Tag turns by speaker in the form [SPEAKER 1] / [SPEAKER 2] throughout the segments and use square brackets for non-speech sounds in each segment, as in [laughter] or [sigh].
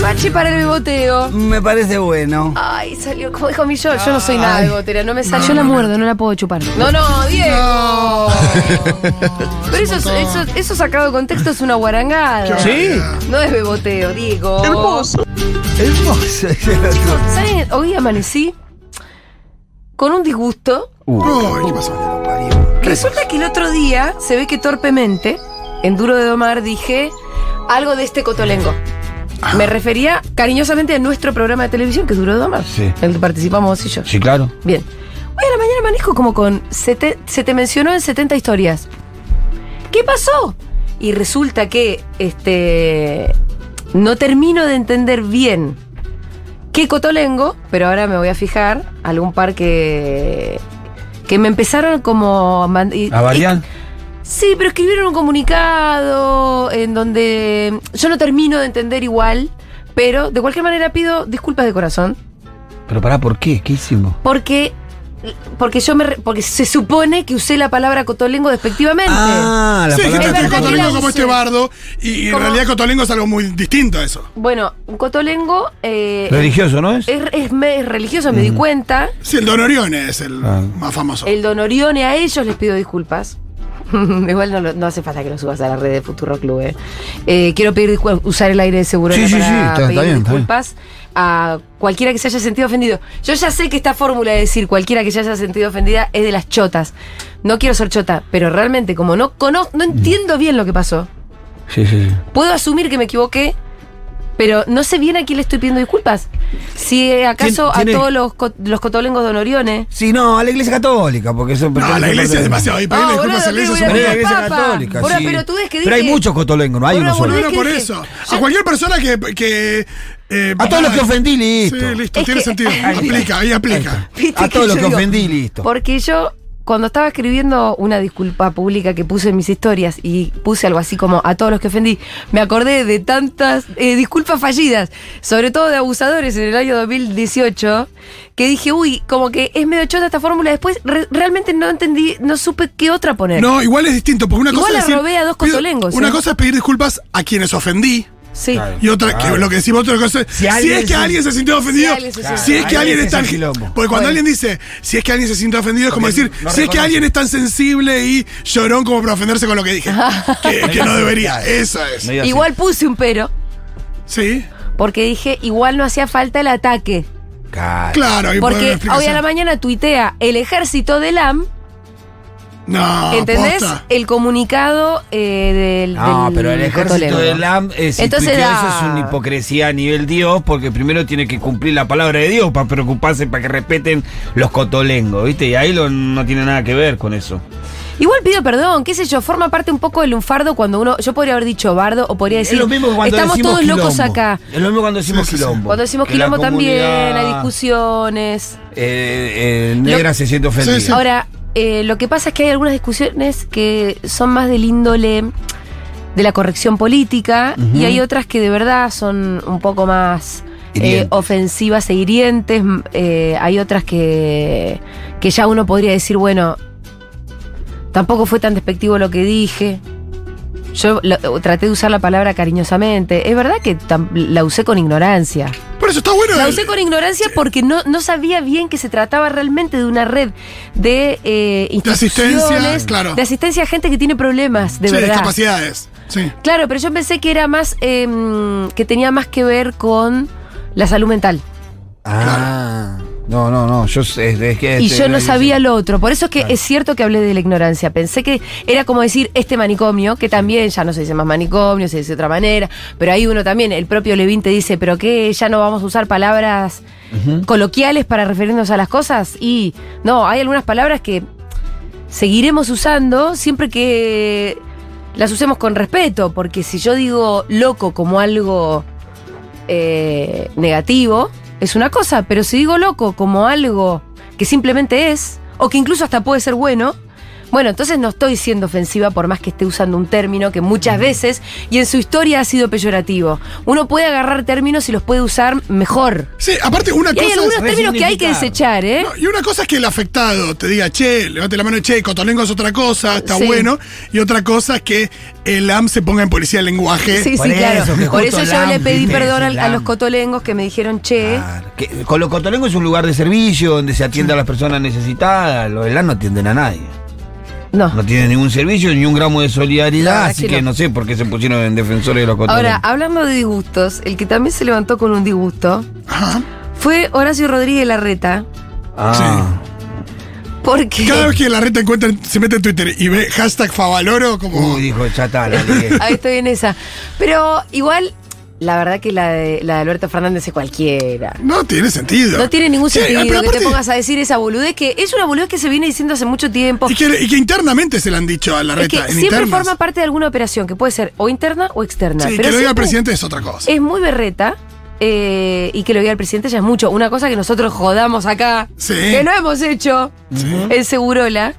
[SPEAKER 1] Machi para el bigoteo.
[SPEAKER 2] Me parece bueno.
[SPEAKER 1] Ay, salió, como dijo mi yo, yo no soy nada
[SPEAKER 2] Ay.
[SPEAKER 1] bigotera, no me salió.
[SPEAKER 3] Yo la muerdo, no la puedo chupar.
[SPEAKER 1] No, no, Diego.
[SPEAKER 4] No.
[SPEAKER 1] Pero eso, es- eso, eso sacado de contexto es una guarangada.
[SPEAKER 2] ¿Sí?
[SPEAKER 1] No es beboteo, Diego.
[SPEAKER 4] [laughs]
[SPEAKER 2] Hermoso.
[SPEAKER 1] ¿Saben? Hoy amanecí con un disgusto.
[SPEAKER 4] Uy, ¿qué pasó?
[SPEAKER 1] Resulta que el otro día se ve que torpemente, en Duro de Domar, dije algo de este cotolengo.
[SPEAKER 4] Ah.
[SPEAKER 1] Me refería cariñosamente a nuestro programa de televisión, que es Duro de Domar.
[SPEAKER 2] Sí.
[SPEAKER 1] El que participamos vos y yo.
[SPEAKER 2] Sí, claro.
[SPEAKER 1] Bien. Hoy a la mañana manejo como con. Se te, se te mencionó en 70 historias. ¿Qué pasó? Y resulta que este. No termino de entender bien qué cotolengo, pero ahora me voy a fijar algún par que. que me empezaron como. mand- y-
[SPEAKER 2] ¿A variar?
[SPEAKER 1] Sí, pero escribieron un comunicado en donde yo no termino de entender igual, pero de cualquier manera pido disculpas de corazón
[SPEAKER 2] Pero pará, ¿por qué? ¿Qué hicimos?
[SPEAKER 1] porque porque yo me re- porque se supone que usé la palabra cotolengo despectivamente.
[SPEAKER 2] Ah, la
[SPEAKER 4] Sí,
[SPEAKER 2] palabra.
[SPEAKER 4] dijiste
[SPEAKER 1] Es verdad que la
[SPEAKER 4] cotolengo
[SPEAKER 1] usé.
[SPEAKER 4] como este bardo. Y, y en
[SPEAKER 1] ¿Cómo?
[SPEAKER 4] realidad cotolengo es algo muy distinto a eso.
[SPEAKER 1] Bueno, un cotolengo eh,
[SPEAKER 2] Religioso, Mm. ¿no es?
[SPEAKER 1] es, es me- es religioso, me di cuenta.
[SPEAKER 4] Sí, el Don Orione es el
[SPEAKER 2] Ah.
[SPEAKER 4] más famoso.
[SPEAKER 1] El don Orione a ellos les pido disculpas. [laughs] Igual no, lo- no hace falta que lo subas a la red de Futuro Club. eh. Eh, quiero pedir discu- usar el aire de seguro
[SPEAKER 2] Sí, sí,
[SPEAKER 1] para
[SPEAKER 2] sí, está- está
[SPEAKER 1] pedir
[SPEAKER 2] bien, está
[SPEAKER 1] disculpas a cualquiera que se haya sentido ofendido. Yo ya sé que esta fórmula de decir cualquiera que se haya sentido ofendida es de las chotas. No quiero ser chota, pero realmente como no conozco, no entiendo bien lo que pasó.
[SPEAKER 2] Sí, sí, sí.
[SPEAKER 1] Puedo asumir que me equivoqué, pero no sé bien a quién le estoy pidiendo disculpas. Si eh, acaso
[SPEAKER 2] ¿Quién- quién
[SPEAKER 1] a
[SPEAKER 2] es?
[SPEAKER 1] todos los, co- los cotolengos don Orione.
[SPEAKER 2] Sí, no, a la iglesia católica, porque eso
[SPEAKER 4] No, la iglesia es demasiado. Y pedirle
[SPEAKER 1] No,
[SPEAKER 4] disculpas
[SPEAKER 1] Ah, boludo,
[SPEAKER 4] a la iglesia
[SPEAKER 1] ¿qué
[SPEAKER 4] es un
[SPEAKER 1] voy
[SPEAKER 2] Pero
[SPEAKER 1] a
[SPEAKER 2] es
[SPEAKER 1] decir?
[SPEAKER 2] la
[SPEAKER 4] montón.
[SPEAKER 2] iglesia
[SPEAKER 1] Papa.
[SPEAKER 2] católica.
[SPEAKER 1] Boludo,
[SPEAKER 2] sí.
[SPEAKER 1] pero tú ves que
[SPEAKER 2] Pero hay
[SPEAKER 1] dije-
[SPEAKER 2] muchos cotolengos, no hay
[SPEAKER 1] Boludo,
[SPEAKER 2] uno solo.
[SPEAKER 1] boludo,
[SPEAKER 4] No, por
[SPEAKER 1] que-
[SPEAKER 4] eso.
[SPEAKER 1] Yo-
[SPEAKER 4] A cualquier persona que. que eh,
[SPEAKER 2] A todos los que
[SPEAKER 4] nada.
[SPEAKER 2] ofendí, listo.
[SPEAKER 4] Sí, listo,
[SPEAKER 1] Es
[SPEAKER 4] tiene
[SPEAKER 1] que- [laughs]
[SPEAKER 4] sentido. Aplica, ahí aplica.
[SPEAKER 1] Viste
[SPEAKER 2] A todos los
[SPEAKER 1] yo
[SPEAKER 2] que
[SPEAKER 1] digo,
[SPEAKER 2] ofendí, listo.
[SPEAKER 1] Porque yo, cuando estaba escribiendo una disculpa pública que puse en mis historias y puse algo así como a todos los que ofendí, me acordé de tantas eh, disculpas fallidas, sobre todo de abusadores en el año 2018, que dije, uy, como que es medio chota esta fórmula. Después re- realmente no entendí, no supe qué otra poner.
[SPEAKER 4] No, igual es distinto, porque una
[SPEAKER 1] Igual
[SPEAKER 4] cosa
[SPEAKER 1] la
[SPEAKER 4] es decir,
[SPEAKER 1] robé a dos
[SPEAKER 4] pido-
[SPEAKER 1] cotolengos,
[SPEAKER 4] Una
[SPEAKER 1] ¿eh?
[SPEAKER 4] cosa es pedir disculpas a quienes ofendí.
[SPEAKER 1] Sí.
[SPEAKER 2] Claro.
[SPEAKER 4] Y otra,
[SPEAKER 2] Claro.
[SPEAKER 4] que lo que decimos otra cosa es,
[SPEAKER 2] Si
[SPEAKER 4] si,
[SPEAKER 2] alguien
[SPEAKER 4] es que
[SPEAKER 2] se-
[SPEAKER 4] alguien se sintió ofendido,
[SPEAKER 1] alguien se
[SPEAKER 4] si,
[SPEAKER 1] siente-
[SPEAKER 4] es que alguien
[SPEAKER 2] Ese
[SPEAKER 4] es
[SPEAKER 2] es
[SPEAKER 4] tan...
[SPEAKER 2] el quilombo.
[SPEAKER 4] Porque
[SPEAKER 1] Bueno.
[SPEAKER 4] cuando alguien dice, si es que alguien se sintió ofendido, es como
[SPEAKER 2] Porque
[SPEAKER 4] decir,
[SPEAKER 2] no
[SPEAKER 4] si es que
[SPEAKER 2] reconoce.
[SPEAKER 4] alguien es tan sensible y llorón como para ofenderse con lo que dije.
[SPEAKER 1] [laughs]
[SPEAKER 4] que, que no debería, eso es.
[SPEAKER 2] Medio así.
[SPEAKER 1] Igual puse un pero,
[SPEAKER 4] Sí,
[SPEAKER 1] porque dije, igual no hacía falta el ataque.
[SPEAKER 2] Claro.
[SPEAKER 4] claro. y puede haber
[SPEAKER 1] Porque hoy a
[SPEAKER 4] explicación.
[SPEAKER 1] la mañana tuitea el ejército del AM.
[SPEAKER 2] Ah,
[SPEAKER 4] No,
[SPEAKER 1] ¿Entendés?
[SPEAKER 4] posta.
[SPEAKER 1] El comunicado eh, del,
[SPEAKER 2] No,
[SPEAKER 1] del
[SPEAKER 2] pero el ejército
[SPEAKER 1] cotolengo.
[SPEAKER 2] del LAM eh, es,
[SPEAKER 1] Entonces ah,
[SPEAKER 2] tuiteó
[SPEAKER 1] da-
[SPEAKER 2] eso es una hipocresía a nivel Dios, porque primero tiene que cumplir la palabra de Dios para preocuparse, para que respeten los cotolengos, ¿viste? Y ahí lo- no tiene nada que ver con eso.
[SPEAKER 1] Eh, Igual pido perdón, qué sé yo, forma parte un poco del lunfardo cuando uno. Yo podría haber dicho bardo o podría decir.
[SPEAKER 2] es lo mismo que cuando
[SPEAKER 1] estamos
[SPEAKER 2] decimos
[SPEAKER 1] todos locos
[SPEAKER 2] quilombo.
[SPEAKER 1] acá.
[SPEAKER 2] Es lo mismo cuando decimos
[SPEAKER 4] Sí, sí, sí.
[SPEAKER 2] quilombo.
[SPEAKER 1] Cuando decimos
[SPEAKER 2] Que la
[SPEAKER 1] quilombo también,
[SPEAKER 2] comunidad,
[SPEAKER 1] hay discusiones.
[SPEAKER 2] Eh, eh, negra se siente ofendida.
[SPEAKER 4] Sí, sí.
[SPEAKER 1] Ahora, eh, lo que pasa es que hay algunas discusiones que son más del índole de la corrección política y hay otras que de verdad son un poco más eh,
[SPEAKER 2] Hirientes.
[SPEAKER 1] ofensivas e hirientes. m- eh, hay otras que, que ya uno podría decir, bueno, tampoco fue tan despectivo lo que dije. Yo lo- traté de usar la palabra cariñosamente. Es verdad que tam- la usé con ignorancia.
[SPEAKER 4] Por eso está bueno.
[SPEAKER 1] La
[SPEAKER 4] el-
[SPEAKER 1] usé con ignorancia porque no, no sabía bien que se trataba realmente de una red de eh, instituciones,
[SPEAKER 4] asistencia, claro.
[SPEAKER 1] de asistencia a gente que tiene problemas, de
[SPEAKER 4] sí,
[SPEAKER 1] verdad.
[SPEAKER 4] discapacidades. Sí.
[SPEAKER 1] Claro, pero yo pensé que era más, em, que tenía más que ver con la salud mental.
[SPEAKER 2] Ah, no, no, no. Yo sé, es, que
[SPEAKER 1] y
[SPEAKER 2] este-
[SPEAKER 1] yo no sabía lo otro. Por eso es que
[SPEAKER 2] Claro.
[SPEAKER 1] es cierto que hablé de la ignorancia. Pensé que era como decir este manicomio, que también ya no se dice más manicomio, se dice de otra manera. Pero ahí uno también, el propio Levin te dice, ¿pero qué? ¿Ya no vamos a usar palabras coloquiales para referirnos a las cosas? Y no, hay algunas palabras que seguiremos usando siempre que las usemos con respeto. Porque si yo digo loco como algo eh, negativo es una cosa, pero si digo loco como algo que simplemente es, o que incluso hasta puede ser bueno, Bueno, entonces no estoy siendo ofensiva por más que esté usando un término que muchas veces y en su historia ha sido peyorativo. Uno puede agarrar términos y los puede usar mejor.
[SPEAKER 4] Sí, aparte, una
[SPEAKER 1] Y hay
[SPEAKER 4] cosa.
[SPEAKER 1] algunos
[SPEAKER 4] es-
[SPEAKER 1] términos que hay que desechar, ¿eh?
[SPEAKER 4] No, y una cosa es que el afectado te diga, che, levante la mano, che, Cotolengo es otra cosa, está
[SPEAKER 1] Sí.
[SPEAKER 4] bueno. Y otra cosa es que el AM se ponga en policía del lenguaje.
[SPEAKER 1] Sí,
[SPEAKER 2] Por
[SPEAKER 1] sí, claro.
[SPEAKER 2] eso, que
[SPEAKER 1] Por
[SPEAKER 2] justo
[SPEAKER 1] eso yo
[SPEAKER 2] Lam,
[SPEAKER 1] le pedí
[SPEAKER 2] viste,
[SPEAKER 1] perdón al-
[SPEAKER 2] ese
[SPEAKER 1] a,
[SPEAKER 2] Lam.
[SPEAKER 1] los cotolengos que me dijeron, che,
[SPEAKER 2] Claro, que con los cotolengos es un lugar de servicio donde se atiende a las personas necesitadas. Los del LAN no atienden a nadie.
[SPEAKER 1] no.
[SPEAKER 2] No tienen ningún servicio ni un gramo de
[SPEAKER 1] La
[SPEAKER 2] solidaridad.
[SPEAKER 1] verdad
[SPEAKER 2] Así
[SPEAKER 1] que
[SPEAKER 2] que
[SPEAKER 1] no.
[SPEAKER 2] no. sé por qué se pusieron en defensores de los cotolengos.
[SPEAKER 1] Ahora, hablando de disgustos, el que también se levantó con un disgusto
[SPEAKER 4] Ajá.
[SPEAKER 1] fue Horacio Rodríguez Larreta,
[SPEAKER 2] Ah.
[SPEAKER 1] porque...
[SPEAKER 4] Cada vez que la reta encuentra, se mete en Twitter y ve hashtag Favaloro, como.
[SPEAKER 2] Uy, dijo, ya está, la ligué.
[SPEAKER 1] [laughs] Ahí estoy en esa. Pero igual, la verdad que la de, la de Alberto Fernández es cualquiera.
[SPEAKER 4] No tiene sentido.
[SPEAKER 1] No tiene ningún
[SPEAKER 4] Sí,
[SPEAKER 1] sentido
[SPEAKER 4] pero
[SPEAKER 1] que te
[SPEAKER 4] aparte-
[SPEAKER 1] pongas a decir esa boludez, que es una boludez que se viene diciendo hace mucho tiempo.
[SPEAKER 4] Y que, y que internamente se le han dicho a la
[SPEAKER 1] Es que
[SPEAKER 4] reta. en
[SPEAKER 1] siempre
[SPEAKER 4] internas.
[SPEAKER 1] forma parte de alguna operación, que puede ser o interna o externa.
[SPEAKER 4] Sí,
[SPEAKER 1] pero
[SPEAKER 4] que lo diga el
[SPEAKER 1] siempre
[SPEAKER 4] presidente es otra cosa.
[SPEAKER 1] Es muy berreta. eh, y que lo diga el presidente ya es mucho. Una cosa que nosotros jodamos acá,
[SPEAKER 4] Sí.
[SPEAKER 1] que no hemos hecho en Segurola,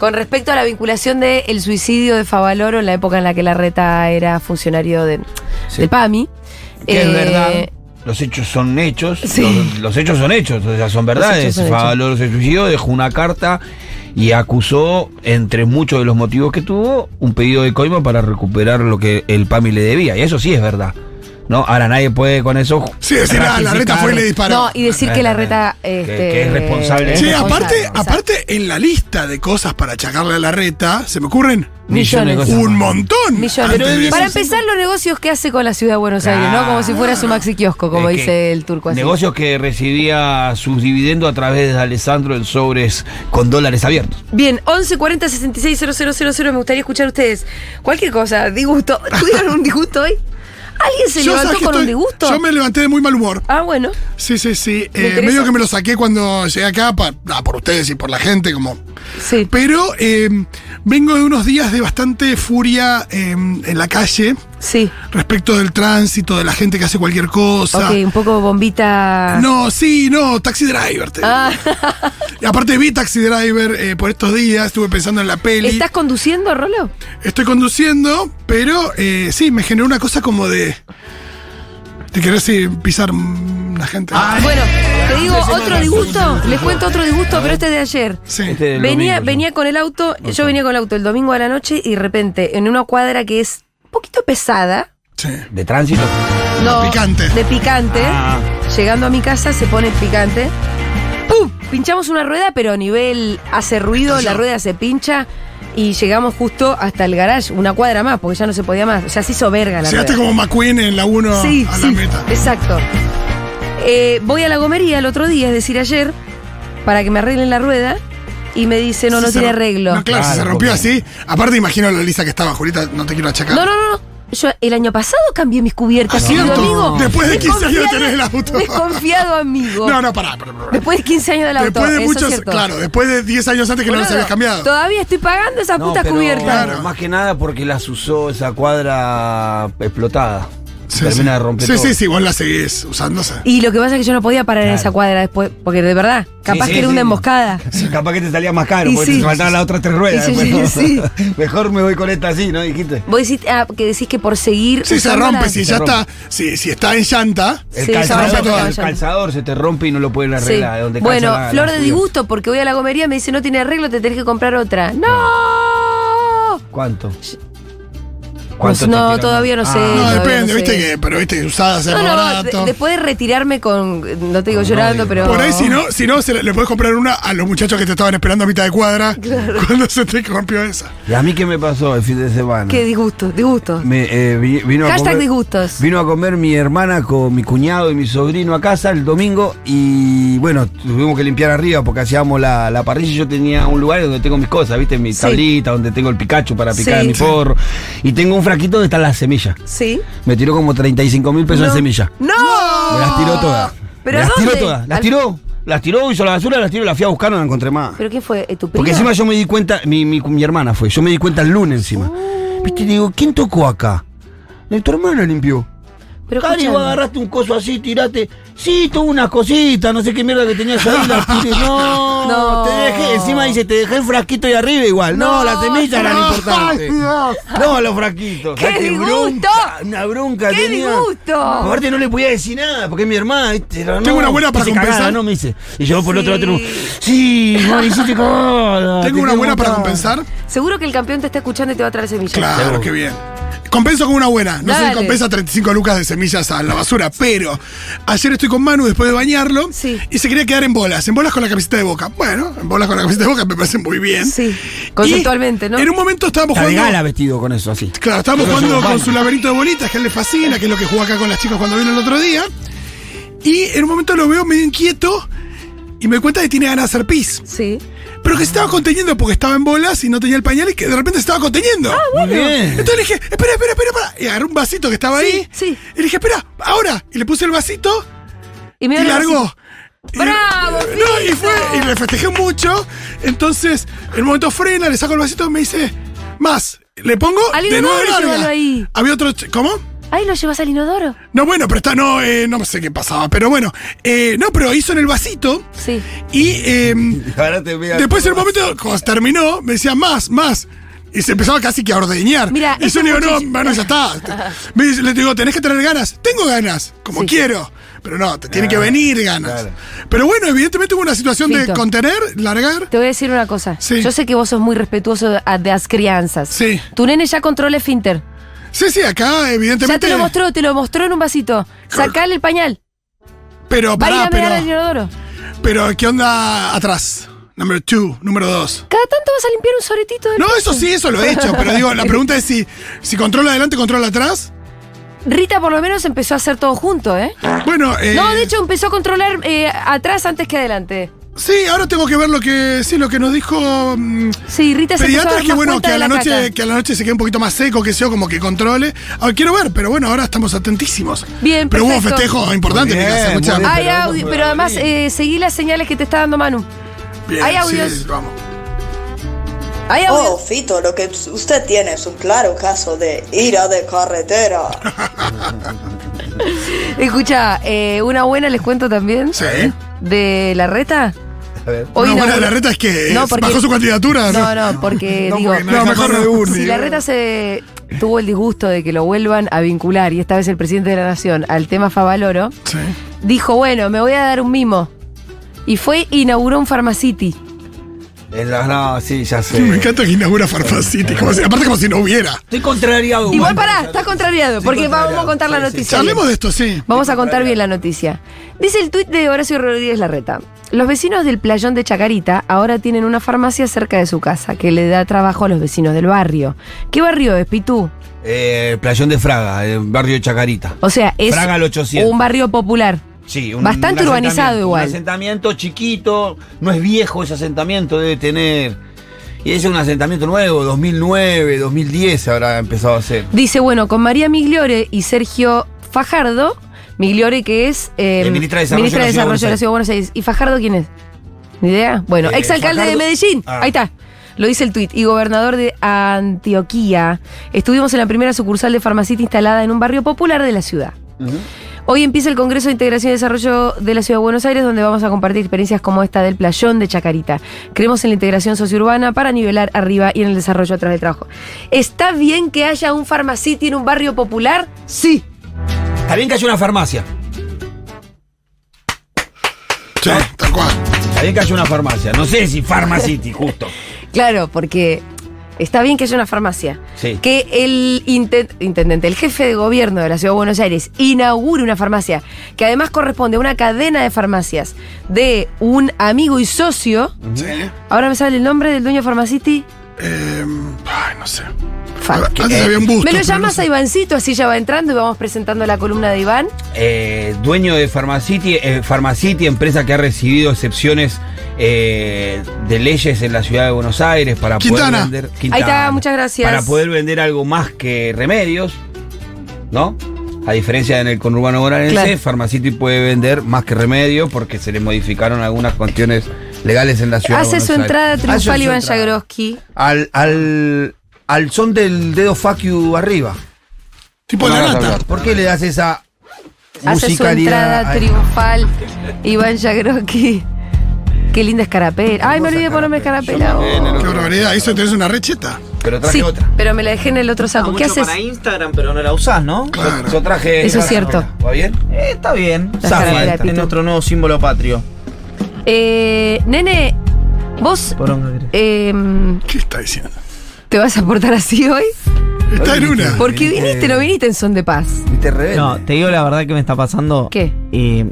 [SPEAKER 1] con respecto a la vinculación del suicidio de Favaloro en la época en la que la reta era funcionario de,
[SPEAKER 2] Sí.
[SPEAKER 1] del PAMI.
[SPEAKER 2] Que es
[SPEAKER 1] Eh,
[SPEAKER 2] verdad. Los hechos son hechos.
[SPEAKER 1] Sí.
[SPEAKER 2] Los, los hechos son hechos, o sea,
[SPEAKER 1] hechos
[SPEAKER 2] son verdades.
[SPEAKER 1] son
[SPEAKER 2] Favaloro se suicidó, dejó una carta y acusó, entre muchos de los motivos que tuvo, un pedido de coima para recuperar lo que el PAMI le debía. Y eso sí es verdad. ¿No? Ahora nadie puede con eso.
[SPEAKER 4] Sí, decir, ah, la reta
[SPEAKER 2] ratificar-
[SPEAKER 4] fue y le disparó.
[SPEAKER 1] No, y decir que la reta.
[SPEAKER 2] Que-
[SPEAKER 1] este,
[SPEAKER 2] Eh, que es responsable.
[SPEAKER 1] es
[SPEAKER 4] Sí,
[SPEAKER 1] responsable,
[SPEAKER 4] aparte,
[SPEAKER 1] exacto.
[SPEAKER 4] aparte en la lista de cosas para achacarle a la reta, se me ocurren
[SPEAKER 1] Millones.
[SPEAKER 2] Millones de cosas
[SPEAKER 4] un
[SPEAKER 2] más.
[SPEAKER 4] montón.
[SPEAKER 1] Millones.
[SPEAKER 4] antes de
[SPEAKER 1] Para
[SPEAKER 4] eso.
[SPEAKER 1] empezar, los negocios que hace con la ciudad de Buenos Aires, ¿no? Como si fuera su maxi kiosco, como
[SPEAKER 2] Eh, que-
[SPEAKER 1] dice el turco así.
[SPEAKER 2] Negocios que recibía sus dividendos a través de Alessandro en sobres con dólares abiertos.
[SPEAKER 1] Bien, 1140 000 me gustaría escuchar a ustedes. Cualquier cosa, disgusto. ¿Tuvieron un disgusto hoy? ¿Alguien se
[SPEAKER 4] Yo,
[SPEAKER 1] levantó
[SPEAKER 4] ¿sabes qué
[SPEAKER 1] con un
[SPEAKER 4] estoy?
[SPEAKER 1] disgusto?
[SPEAKER 4] Yo me levanté de muy mal humor.
[SPEAKER 1] Ah, bueno.
[SPEAKER 4] Sí, sí, sí.
[SPEAKER 1] Me
[SPEAKER 4] Eh,
[SPEAKER 1] interesa.
[SPEAKER 4] medio que me lo saqué cuando llegué acá, pa- nada, por ustedes y por la gente, como.
[SPEAKER 1] Sí.
[SPEAKER 4] Pero eh, vengo de unos días de bastante furia eh, en la calle
[SPEAKER 1] Sí.
[SPEAKER 4] respecto del tránsito, de la gente que hace cualquier cosa.
[SPEAKER 1] ok, un poco bombita.
[SPEAKER 4] No, sí, no, taxi driver. te digo.
[SPEAKER 1] Ah,
[SPEAKER 4] Y aparte vi taxi driver eh, por estos días, estuve pensando en la peli.
[SPEAKER 1] ¿Estás conduciendo, Rolo?
[SPEAKER 4] Estoy conduciendo, pero eh, sí, me generó una cosa como de. de querer sí, pisar mm, la gente.
[SPEAKER 1] Bueno, te digo otro disgusto. Les cuento otro disgusto, pero este es de ayer.
[SPEAKER 4] Sí.
[SPEAKER 2] Este del
[SPEAKER 1] Venía,
[SPEAKER 2] domingo,
[SPEAKER 1] venía con el auto, yo venía con el auto el domingo a la noche y de repente en una cuadra que es un poquito pesada,
[SPEAKER 4] sí.
[SPEAKER 2] De tránsito.
[SPEAKER 1] no,
[SPEAKER 4] picante.
[SPEAKER 1] de picante,
[SPEAKER 2] Ah.
[SPEAKER 1] llegando a mi casa se pone picante. ¡Pum! Pinchamos una rueda, pero a nivel hace ruido, la rueda se pincha y llegamos justo hasta el garage, una cuadra más, porque ya no se podía más, ya se hizo verga la
[SPEAKER 4] Llegaste
[SPEAKER 1] rueda.
[SPEAKER 4] como McQueen en la 1
[SPEAKER 1] Sí,
[SPEAKER 4] a la
[SPEAKER 1] sí, Este
[SPEAKER 4] meta.
[SPEAKER 1] exacto. Eh, voy a la gomería el otro día, es decir, ayer, para que me arreglen la rueda y me dice, no,
[SPEAKER 4] Sí,
[SPEAKER 1] no
[SPEAKER 4] se
[SPEAKER 1] tiene
[SPEAKER 4] ro-
[SPEAKER 1] arreglo.
[SPEAKER 4] No, claro, si se
[SPEAKER 2] Claro,
[SPEAKER 4] rompió
[SPEAKER 2] porque-
[SPEAKER 4] así. Aparte, imagino la lista que estaba, Julita, no te quiero achacar.
[SPEAKER 1] No, no, no, no. Yo el año pasado cambié mis cubiertas,
[SPEAKER 4] Ah,
[SPEAKER 1] querido
[SPEAKER 4] ¿cierto?
[SPEAKER 1] amigo.
[SPEAKER 4] Después de 15 años de
[SPEAKER 1] Desconfiado-
[SPEAKER 4] tener el
[SPEAKER 1] [laughs]
[SPEAKER 4] auto.
[SPEAKER 1] Desconfiado amigo.
[SPEAKER 4] No, no, pará. pará, pará.
[SPEAKER 1] Después de 15 años del auto.
[SPEAKER 4] Después de
[SPEAKER 1] eso es
[SPEAKER 4] muchos.
[SPEAKER 1] cierto.
[SPEAKER 4] Claro, después de 10 años antes que no
[SPEAKER 1] Boludo,
[SPEAKER 4] las habías cambiado.
[SPEAKER 1] Todavía estoy pagando esas putas
[SPEAKER 2] pero
[SPEAKER 1] cubiertas.
[SPEAKER 4] Claro.
[SPEAKER 2] Más que nada porque las usó esa cuadra explotada.
[SPEAKER 4] Sí,
[SPEAKER 2] Termina
[SPEAKER 4] sí.
[SPEAKER 2] de romper
[SPEAKER 4] Sí,
[SPEAKER 2] todo.
[SPEAKER 4] sí, sí, vos la seguís usándose.
[SPEAKER 1] Y lo que pasa es que yo no podía parar en
[SPEAKER 2] Claro.
[SPEAKER 1] esa cuadra después, porque de verdad, capaz
[SPEAKER 2] sí,
[SPEAKER 1] que era
[SPEAKER 2] sí.
[SPEAKER 1] una emboscada.
[SPEAKER 2] Sí, Capaz que te salía más caro
[SPEAKER 1] Y
[SPEAKER 2] porque
[SPEAKER 1] sí.
[SPEAKER 2] te faltaban las otras tres ruedas.
[SPEAKER 1] Y sí,
[SPEAKER 2] después,
[SPEAKER 1] sí,
[SPEAKER 2] ¿no? [laughs] Mejor me voy con esta así, ¿no? Dijiste.
[SPEAKER 1] Vos decís ah, que decís que por seguir.
[SPEAKER 4] Sí, se
[SPEAKER 1] usándola-
[SPEAKER 4] rompe, si
[SPEAKER 2] Se
[SPEAKER 4] ya
[SPEAKER 2] rompe.
[SPEAKER 4] está. Si, si está en llanta.
[SPEAKER 2] El,
[SPEAKER 1] Sí,
[SPEAKER 4] se rompe todo.
[SPEAKER 2] calzador, el
[SPEAKER 1] Caballando.
[SPEAKER 2] calzador se te rompe y no lo pueden
[SPEAKER 1] Sí.
[SPEAKER 2] arreglar. donde calza
[SPEAKER 1] Bueno,
[SPEAKER 2] la- la
[SPEAKER 1] flor de
[SPEAKER 2] cubierta.
[SPEAKER 1] disgusto, porque voy a la gomería y me dice no tiene arreglo, te tenés que comprar otra. ¡No!
[SPEAKER 2] ¿Cuánto?
[SPEAKER 1] Pues
[SPEAKER 2] te Ah.
[SPEAKER 1] no,
[SPEAKER 2] tiran?
[SPEAKER 1] todavía no sé.
[SPEAKER 4] No,
[SPEAKER 1] todavía
[SPEAKER 4] depende,
[SPEAKER 1] no
[SPEAKER 4] viste
[SPEAKER 1] sé.
[SPEAKER 4] que. Pero viste, usadas es
[SPEAKER 1] No,
[SPEAKER 4] más
[SPEAKER 1] no,
[SPEAKER 4] barato.
[SPEAKER 1] de- después de retirarme con, no te digo
[SPEAKER 2] Con
[SPEAKER 1] llorando,
[SPEAKER 2] odio.
[SPEAKER 1] pero...
[SPEAKER 4] Por ahí, si no, si no se le, le podés comprar una a los muchachos que te estaban esperando a mitad de cuadra. Cuando se te rompió esa.
[SPEAKER 1] Ah,
[SPEAKER 2] ¿Y a mí qué me pasó el fin de semana?
[SPEAKER 1] Qué disgusto, disgusto.
[SPEAKER 2] Me, eh, vi- vino a
[SPEAKER 1] Hashtag
[SPEAKER 2] comer-
[SPEAKER 1] disgustos.
[SPEAKER 2] Vino a comer mi hermana con mi cuñado y mi sobrino a casa el domingo y bueno, tuvimos que limpiar arriba porque hacíamos la, la parrilla y yo tenía un lugar donde tengo mis cosas, viste, mi
[SPEAKER 1] Sí.
[SPEAKER 2] tablita, donde tengo el picacho para picar
[SPEAKER 1] Sí.
[SPEAKER 2] mi porro y tengo un frasquito donde están las semillas.
[SPEAKER 1] ¿Sí?
[SPEAKER 2] Me tiró como 35 mil pesos en semillas.
[SPEAKER 1] ¡No!
[SPEAKER 2] Me las tiró todas.
[SPEAKER 1] ¿Pero
[SPEAKER 2] las
[SPEAKER 1] dónde?
[SPEAKER 2] tiró todas. Las
[SPEAKER 1] Al-
[SPEAKER 2] tiró. Las tiró, hizo la basura, las tiró, las fui a buscar, no la encontré más.
[SPEAKER 1] ¿Pero qué fue? ¿Eh, ¿Tu prima?
[SPEAKER 2] Porque encima yo me di cuenta, mi, mi, mi hermana fue, yo me di
[SPEAKER 1] Oh.
[SPEAKER 2] cuenta el lunes encima. Viste, y digo, ¿quién tocó acá? Le digo, Tu hermana limpió.
[SPEAKER 1] Pero
[SPEAKER 3] Cari, vos
[SPEAKER 1] escuchame.
[SPEAKER 3] agarraste un coso así, tiraste. Sí, tuvo unas cositas, no sé qué mierda que tenías ahí. las
[SPEAKER 1] [laughs]
[SPEAKER 3] tires. No,
[SPEAKER 1] No.
[SPEAKER 3] Te dejé, encima dice, te dejé el frasquito ahí arriba igual. No,
[SPEAKER 1] No,
[SPEAKER 3] las semillas eran importantes. No, los frasquitos.
[SPEAKER 1] ¡Qué
[SPEAKER 3] Ah,
[SPEAKER 1] disgusto!
[SPEAKER 3] bronca, Una bronca
[SPEAKER 1] ¡Qué
[SPEAKER 3] tenía.
[SPEAKER 1] disgusto!
[SPEAKER 3] Aparte no le podía decir nada, porque es mi hermana. ¿viste? Pero no,
[SPEAKER 4] Tengo una buena para
[SPEAKER 3] hice
[SPEAKER 4] compensar.
[SPEAKER 3] cagada, no me dice. Y yo por el otro
[SPEAKER 1] Sí.
[SPEAKER 3] lado tengo. Sí, vos hiciste cagada,
[SPEAKER 4] Tengo
[SPEAKER 3] te
[SPEAKER 4] una
[SPEAKER 3] quiero
[SPEAKER 4] buena para
[SPEAKER 3] matar".
[SPEAKER 4] compensar.
[SPEAKER 1] Seguro que el campeón te está escuchando y te va a traer semillas.
[SPEAKER 4] Claro, qué bien. Compenso con una buena. No sé
[SPEAKER 1] Dale.
[SPEAKER 4] si compensa 35 lucas de semillas a la basura, pero ayer estoy con Manu después de bañarlo
[SPEAKER 1] Sí.
[SPEAKER 4] y se quería quedar en bolas. En bolas con la camiseta de boca. Bueno, en bolas con la camiseta de boca me parece muy bien.
[SPEAKER 1] Sí, conceptualmente,
[SPEAKER 4] Y
[SPEAKER 1] ¿no?
[SPEAKER 4] En un momento estábamos
[SPEAKER 3] La de
[SPEAKER 4] jugando.
[SPEAKER 3] gala vestido con eso así.
[SPEAKER 4] Claro, estábamos jugando con su laberinto de bolitas, que a él le fascina, que es lo que jugó acá con las chicas cuando vino el otro día. Y en un momento lo veo medio inquieto y me doy cuenta que tiene ganas de hacer pis.
[SPEAKER 1] Sí.
[SPEAKER 4] Pero que se estaba conteniendo porque estaba en bolas y no tenía el pañal y que de repente se estaba conteniendo.
[SPEAKER 1] Ah,
[SPEAKER 3] Muy bien.
[SPEAKER 4] Entonces le dije, espera, espera, espera, para. Y agarré un vasito que estaba ahí.
[SPEAKER 1] sí.
[SPEAKER 4] Y le dije, espera, ahora. Y le puse el vasito
[SPEAKER 1] Y me
[SPEAKER 4] y
[SPEAKER 1] ahora sí.
[SPEAKER 4] largó. Y- eh,
[SPEAKER 1] ¡Bravo,
[SPEAKER 4] No, y
[SPEAKER 1] Fito!
[SPEAKER 4] fue, y le festejé mucho. Entonces, en un momento frena, le saco el vasito y me dice, más. Le pongo
[SPEAKER 1] Al
[SPEAKER 4] de nuevo
[SPEAKER 1] inodoro, llévalo
[SPEAKER 4] larga.
[SPEAKER 1] ahí.
[SPEAKER 4] Había otro. ch- ¿Cómo?
[SPEAKER 1] Ay, lo llevas al inodoro.
[SPEAKER 4] No, bueno, pero está, no, eh, no sé qué pasaba. Pero bueno, eh, no, pero hizo en el vasito.
[SPEAKER 1] Sí.
[SPEAKER 4] Y em,
[SPEAKER 2] Ahora te voy a-
[SPEAKER 4] Después en el momento, cuando terminó, me decía más, más. Y se empezaba casi que a ordeñar.
[SPEAKER 1] Mira,
[SPEAKER 4] y yo
[SPEAKER 1] este
[SPEAKER 4] le digo, no,
[SPEAKER 1] muchacho-
[SPEAKER 4] mano,
[SPEAKER 1] [laughs]
[SPEAKER 4] ya está. Me dice- le digo, tenés que tener ganas. Tengo ganas, como
[SPEAKER 1] Sí. Ah,
[SPEAKER 4] quiero. Pero no, te tiene que venir ganas.
[SPEAKER 2] claro.
[SPEAKER 4] Pero bueno, evidentemente hubo una situación de
[SPEAKER 1] Fito.
[SPEAKER 4] contener, largar.
[SPEAKER 1] Te voy a decir una cosa.
[SPEAKER 4] Sí.
[SPEAKER 1] Yo sé que vos sos muy respetuoso de de las crianzas.
[SPEAKER 4] Sí.
[SPEAKER 1] Tu nene ya controla el finter.
[SPEAKER 4] Sí, sí, acá,
[SPEAKER 1] Ya
[SPEAKER 4] evidentemente.
[SPEAKER 1] te lo mostró, te lo mostró en un vasito. Sacale el pañal.
[SPEAKER 4] Pero
[SPEAKER 1] Va a ir
[SPEAKER 4] pará,
[SPEAKER 1] a mirar al
[SPEAKER 4] pero,
[SPEAKER 1] inodoro.
[SPEAKER 4] pero ¿qué onda atrás? Número 2, número 2.
[SPEAKER 1] Cada tanto vas a limpiar un soretito del
[SPEAKER 4] No,
[SPEAKER 1] piso.
[SPEAKER 4] eso sí, eso lo he hecho. Pero digo, la pregunta es si, si controla adelante, controla atrás.
[SPEAKER 1] Rita por lo menos empezó a hacer todo junto, ¿eh?
[SPEAKER 4] Bueno, eh,
[SPEAKER 1] No, de hecho empezó a controlar eh, atrás antes que adelante.
[SPEAKER 4] sí, ahora tengo que ver lo que, sí, lo que nos dijo mm,
[SPEAKER 1] Sí, Rita se empezó a
[SPEAKER 4] Pediatra
[SPEAKER 1] dar
[SPEAKER 4] que
[SPEAKER 1] más
[SPEAKER 4] bueno,
[SPEAKER 1] cuenta
[SPEAKER 4] que a
[SPEAKER 1] de
[SPEAKER 4] la, noche,
[SPEAKER 1] caca.
[SPEAKER 4] que a la noche se quede un poquito más seco, que sea como que controle. Ahora quiero ver, pero bueno, ahora estamos atentísimos.
[SPEAKER 1] Bien,
[SPEAKER 4] Pero hubo
[SPEAKER 1] perfecto.
[SPEAKER 4] festejos importantes,
[SPEAKER 2] Muy bien,
[SPEAKER 4] chicas,
[SPEAKER 2] muy
[SPEAKER 4] escuchá.
[SPEAKER 2] bien.
[SPEAKER 1] Hay
[SPEAKER 2] Pero no
[SPEAKER 1] audio,
[SPEAKER 2] puedo
[SPEAKER 1] pero además
[SPEAKER 2] abrir.
[SPEAKER 1] eh, seguí las señales que te está dando Manu.
[SPEAKER 4] Bien,
[SPEAKER 1] hay
[SPEAKER 4] sí,
[SPEAKER 1] audios.
[SPEAKER 4] vamos.
[SPEAKER 1] Hay audio.
[SPEAKER 5] Oh, Fito, lo que usted tiene es un claro caso de ira de carretera.
[SPEAKER 1] Escucha, eh, una buena les cuento también.
[SPEAKER 4] Sí.
[SPEAKER 1] De la reta.
[SPEAKER 2] A ver.
[SPEAKER 1] Hoy
[SPEAKER 4] Una buena de
[SPEAKER 1] inaugura-
[SPEAKER 4] la reta es que
[SPEAKER 1] No,
[SPEAKER 4] eh,
[SPEAKER 1] porque-
[SPEAKER 4] bajó su candidatura.
[SPEAKER 1] No, no, porque digo.
[SPEAKER 4] porque [laughs] no No, deja mejor mano de Urni.
[SPEAKER 1] Si la reta se tuvo el disgusto de que lo vuelvan a vincular, y esta vez el presidente de la nación, al tema Favaloro,
[SPEAKER 4] Sí.
[SPEAKER 1] dijo, bueno, me voy a dar un mimo. Y fue, e inauguró un Pharmacity.
[SPEAKER 2] En la- no, sí, ya sé.
[SPEAKER 4] Me encanta que inaugura Farfacity. Como si- aparte, como si no hubiera.
[SPEAKER 3] Estoy
[SPEAKER 4] Uh,
[SPEAKER 3] contrariado.
[SPEAKER 1] Igual
[SPEAKER 3] Juan.
[SPEAKER 1] pará, estás contrariado,
[SPEAKER 2] Sí,
[SPEAKER 1] porque
[SPEAKER 2] contrariado.
[SPEAKER 1] vamos a contar la
[SPEAKER 2] Sí, sí,
[SPEAKER 1] noticia.
[SPEAKER 4] Charlemos de esto, sí.
[SPEAKER 1] Vamos a contar bien la noticia. Dice el tuit de Horacio Rodríguez Larreta. Los vecinos del playón de Chacarita ahora tienen una farmacia cerca de su casa que le da trabajo a los vecinos del barrio. ¿Qué barrio es, Pitú?
[SPEAKER 2] Eh, Playón de Fraga, el barrio de Chacarita.
[SPEAKER 1] O sea, es
[SPEAKER 2] Fraga al 800.
[SPEAKER 1] un barrio popular.
[SPEAKER 2] Sí,
[SPEAKER 1] Bastante urbanizado
[SPEAKER 2] asentamiento,
[SPEAKER 1] igual.
[SPEAKER 2] Un asentamiento chiquito, no es viejo ese asentamiento, debe tener. Y ese es un asentamiento nuevo, 2009, 2010 habrá empezado a hacer.
[SPEAKER 1] Dice, bueno, con María Migliore y Sergio Fajardo. Migliore que es... eh,
[SPEAKER 2] Eh, ministra de Desarrollo
[SPEAKER 1] ministra
[SPEAKER 2] de
[SPEAKER 1] Desarrollo
[SPEAKER 2] la Ciudad de
[SPEAKER 1] de la
[SPEAKER 2] Buenos
[SPEAKER 1] Ciudad de Buenos Aires. ¿Y Fajardo quién es? ¿Ni idea? Bueno,
[SPEAKER 2] Eh,
[SPEAKER 1] exalcalde de
[SPEAKER 2] Fajardo-
[SPEAKER 1] Medellín.
[SPEAKER 2] Ah.
[SPEAKER 1] Ahí está. Lo dice el tuit. Y gobernador de Antioquía. Estuvimos en la primera sucursal de Farmacita instalada en un barrio popular de la ciudad. Hoy empieza el Congreso de Integración y Desarrollo de la Ciudad de Buenos Aires, donde vamos a compartir experiencias como esta del playón de Chacarita. Creemos en la integración sociourbana para nivelar arriba y en el desarrollo atrás del trabajo. ¿Está bien que haya un farmacity en un barrio popular? Sí.
[SPEAKER 2] Está bien que haya una farmacia.
[SPEAKER 4] Sí, tal cual.
[SPEAKER 2] Está bien que haya una farmacia. No sé si Pharmacity, justo.
[SPEAKER 1] Claro, porque está bien que haya una farmacia.
[SPEAKER 2] Sí.
[SPEAKER 1] Que el inte- intendente, el jefe de gobierno de la Ciudad de Buenos Aires, inaugure una farmacia que además corresponde a una cadena de farmacias de un amigo y socio.
[SPEAKER 4] Sí.
[SPEAKER 1] Ahora me sale el nombre del dueño de Farmacity.
[SPEAKER 4] Eh, ay, no sé.
[SPEAKER 1] Fuck. eh.
[SPEAKER 4] Antes había Ah, un busto.
[SPEAKER 1] Me lo
[SPEAKER 4] pero
[SPEAKER 1] llamas
[SPEAKER 4] no
[SPEAKER 1] a
[SPEAKER 4] sé.
[SPEAKER 1] Ivancito, así ya va entrando y vamos presentando la columna de Iván.
[SPEAKER 2] Eh, dueño de Pharmacity, eh, Pharmacity, empresa que ha recibido excepciones eh, de leyes en la ciudad de Buenos Aires para
[SPEAKER 4] Quintana.
[SPEAKER 2] poder vender.
[SPEAKER 1] está, muchas gracias.
[SPEAKER 2] Para poder vender algo más que remedios, ¿no? A diferencia de en el conurbano bonaerense,
[SPEAKER 1] Claro.
[SPEAKER 2] Pharmacity puede vender más que remedios porque se le modificaron algunas cuestiones legales en la ciudad. de
[SPEAKER 1] Hace
[SPEAKER 2] Buenos
[SPEAKER 1] su
[SPEAKER 2] Aires.
[SPEAKER 1] entrada
[SPEAKER 2] Hace
[SPEAKER 1] triunfal
[SPEAKER 2] su
[SPEAKER 1] Iván
[SPEAKER 2] entrada.
[SPEAKER 1] Jagroski.
[SPEAKER 2] Al, al, al son del dedo facu arriba.
[SPEAKER 4] Tipo de la
[SPEAKER 2] Porque
[SPEAKER 4] nata.
[SPEAKER 2] ¿Por qué le das esa
[SPEAKER 1] Hace su
[SPEAKER 6] Musicalidad.
[SPEAKER 1] entrada
[SPEAKER 6] Ay.
[SPEAKER 1] triunfal. Iván Yagroqui. Qué linda escarapela. Ay, me olvidé de ponerme escarapela. oh.
[SPEAKER 4] Qué barbaridad, eso tenés una recheta.
[SPEAKER 2] Pero traje
[SPEAKER 1] Sí,
[SPEAKER 2] otra.
[SPEAKER 1] pero me la dejé en el otro saco. ¿Qué haces?
[SPEAKER 6] Ah, para Instagram, pero no la usás, ¿no?
[SPEAKER 4] Claro.
[SPEAKER 2] Yo traje.
[SPEAKER 1] Eso es cierto.
[SPEAKER 2] ¿Va bien?
[SPEAKER 6] Eh, está bien.
[SPEAKER 1] La
[SPEAKER 6] Zafa,
[SPEAKER 1] cara de la
[SPEAKER 6] tiene
[SPEAKER 1] Pitu.
[SPEAKER 6] nuestro nuevo símbolo patrio.
[SPEAKER 1] Eh, nene, vos
[SPEAKER 6] Poronga, creo.
[SPEAKER 1] em,
[SPEAKER 4] ¿Qué está diciendo?
[SPEAKER 1] te vas a portar así hoy.
[SPEAKER 4] Está en una.
[SPEAKER 1] ¿Por qué viniste? No viniste en son de paz.
[SPEAKER 2] Viste rebelde.
[SPEAKER 6] No, te digo la verdad que me está pasando.
[SPEAKER 1] ¿Qué?
[SPEAKER 6] Eh,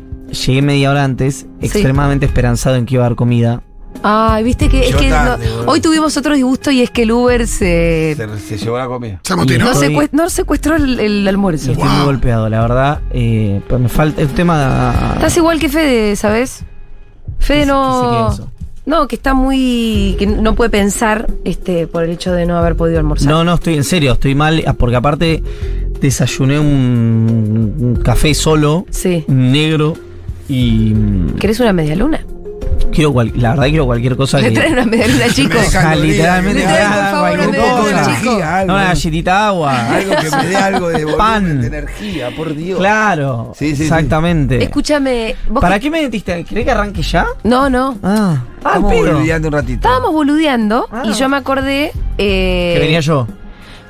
[SPEAKER 6] llegué media hora antes, extremadamente esperanzado en que iba a haber comida.
[SPEAKER 1] Ay, viste que, es
[SPEAKER 2] Yo
[SPEAKER 1] que
[SPEAKER 2] tarde,
[SPEAKER 1] no-
[SPEAKER 2] boludo.
[SPEAKER 1] hoy tuvimos otro disgusto y es que el Uber se.
[SPEAKER 2] Se, se llevó la comida.
[SPEAKER 4] Se amotinó.
[SPEAKER 1] No,
[SPEAKER 6] Estoy-
[SPEAKER 1] secue- no secuestró el, el almuerzo.
[SPEAKER 6] Y estoy muy
[SPEAKER 4] Wow.
[SPEAKER 6] golpeado, la verdad. Eh, pero me falta. Es un tema.
[SPEAKER 1] Estás igual que Fede, ¿sabes? Fede
[SPEAKER 6] ¿Qué
[SPEAKER 1] no.
[SPEAKER 6] sería eso?
[SPEAKER 1] No, que está muy. que no puede pensar este, por el hecho de no haber podido almorzar.
[SPEAKER 6] No, no, estoy en serio, estoy mal. ah, Porque aparte desayuné un, un café solo,
[SPEAKER 1] Sí.
[SPEAKER 6] negro. Y mm,
[SPEAKER 1] ¿Querés una media luna?
[SPEAKER 6] quiero cual- la verdad quiero cualquier cosa
[SPEAKER 1] Le
[SPEAKER 6] que.
[SPEAKER 1] traen una media luna,
[SPEAKER 6] O
[SPEAKER 1] chicos.
[SPEAKER 6] sea,
[SPEAKER 2] Dejan dolida,
[SPEAKER 6] literalmente
[SPEAKER 1] me traen, por
[SPEAKER 6] nada,
[SPEAKER 1] favor,
[SPEAKER 6] cualquier
[SPEAKER 1] una media luna,
[SPEAKER 6] cosa.
[SPEAKER 1] chico.
[SPEAKER 6] No, una galletita de agua.
[SPEAKER 2] [laughs] Algo que me dé algo de volumen,
[SPEAKER 6] Pan.
[SPEAKER 2] de energía, por Dios.
[SPEAKER 6] Claro.
[SPEAKER 2] Sí, sí, sí.
[SPEAKER 6] exactamente.
[SPEAKER 1] Escúchame. ¿vos
[SPEAKER 6] ¿Para
[SPEAKER 1] qué-
[SPEAKER 6] qué me metiste? ¿Querés que arranque ya?
[SPEAKER 1] No, no.
[SPEAKER 6] Ah, al
[SPEAKER 2] Estamos
[SPEAKER 6] pedo.
[SPEAKER 2] olvidando un ratito.
[SPEAKER 1] Estábamos boludeando
[SPEAKER 6] Ah.
[SPEAKER 1] y yo me acordé. eh,
[SPEAKER 6] Que venía yo.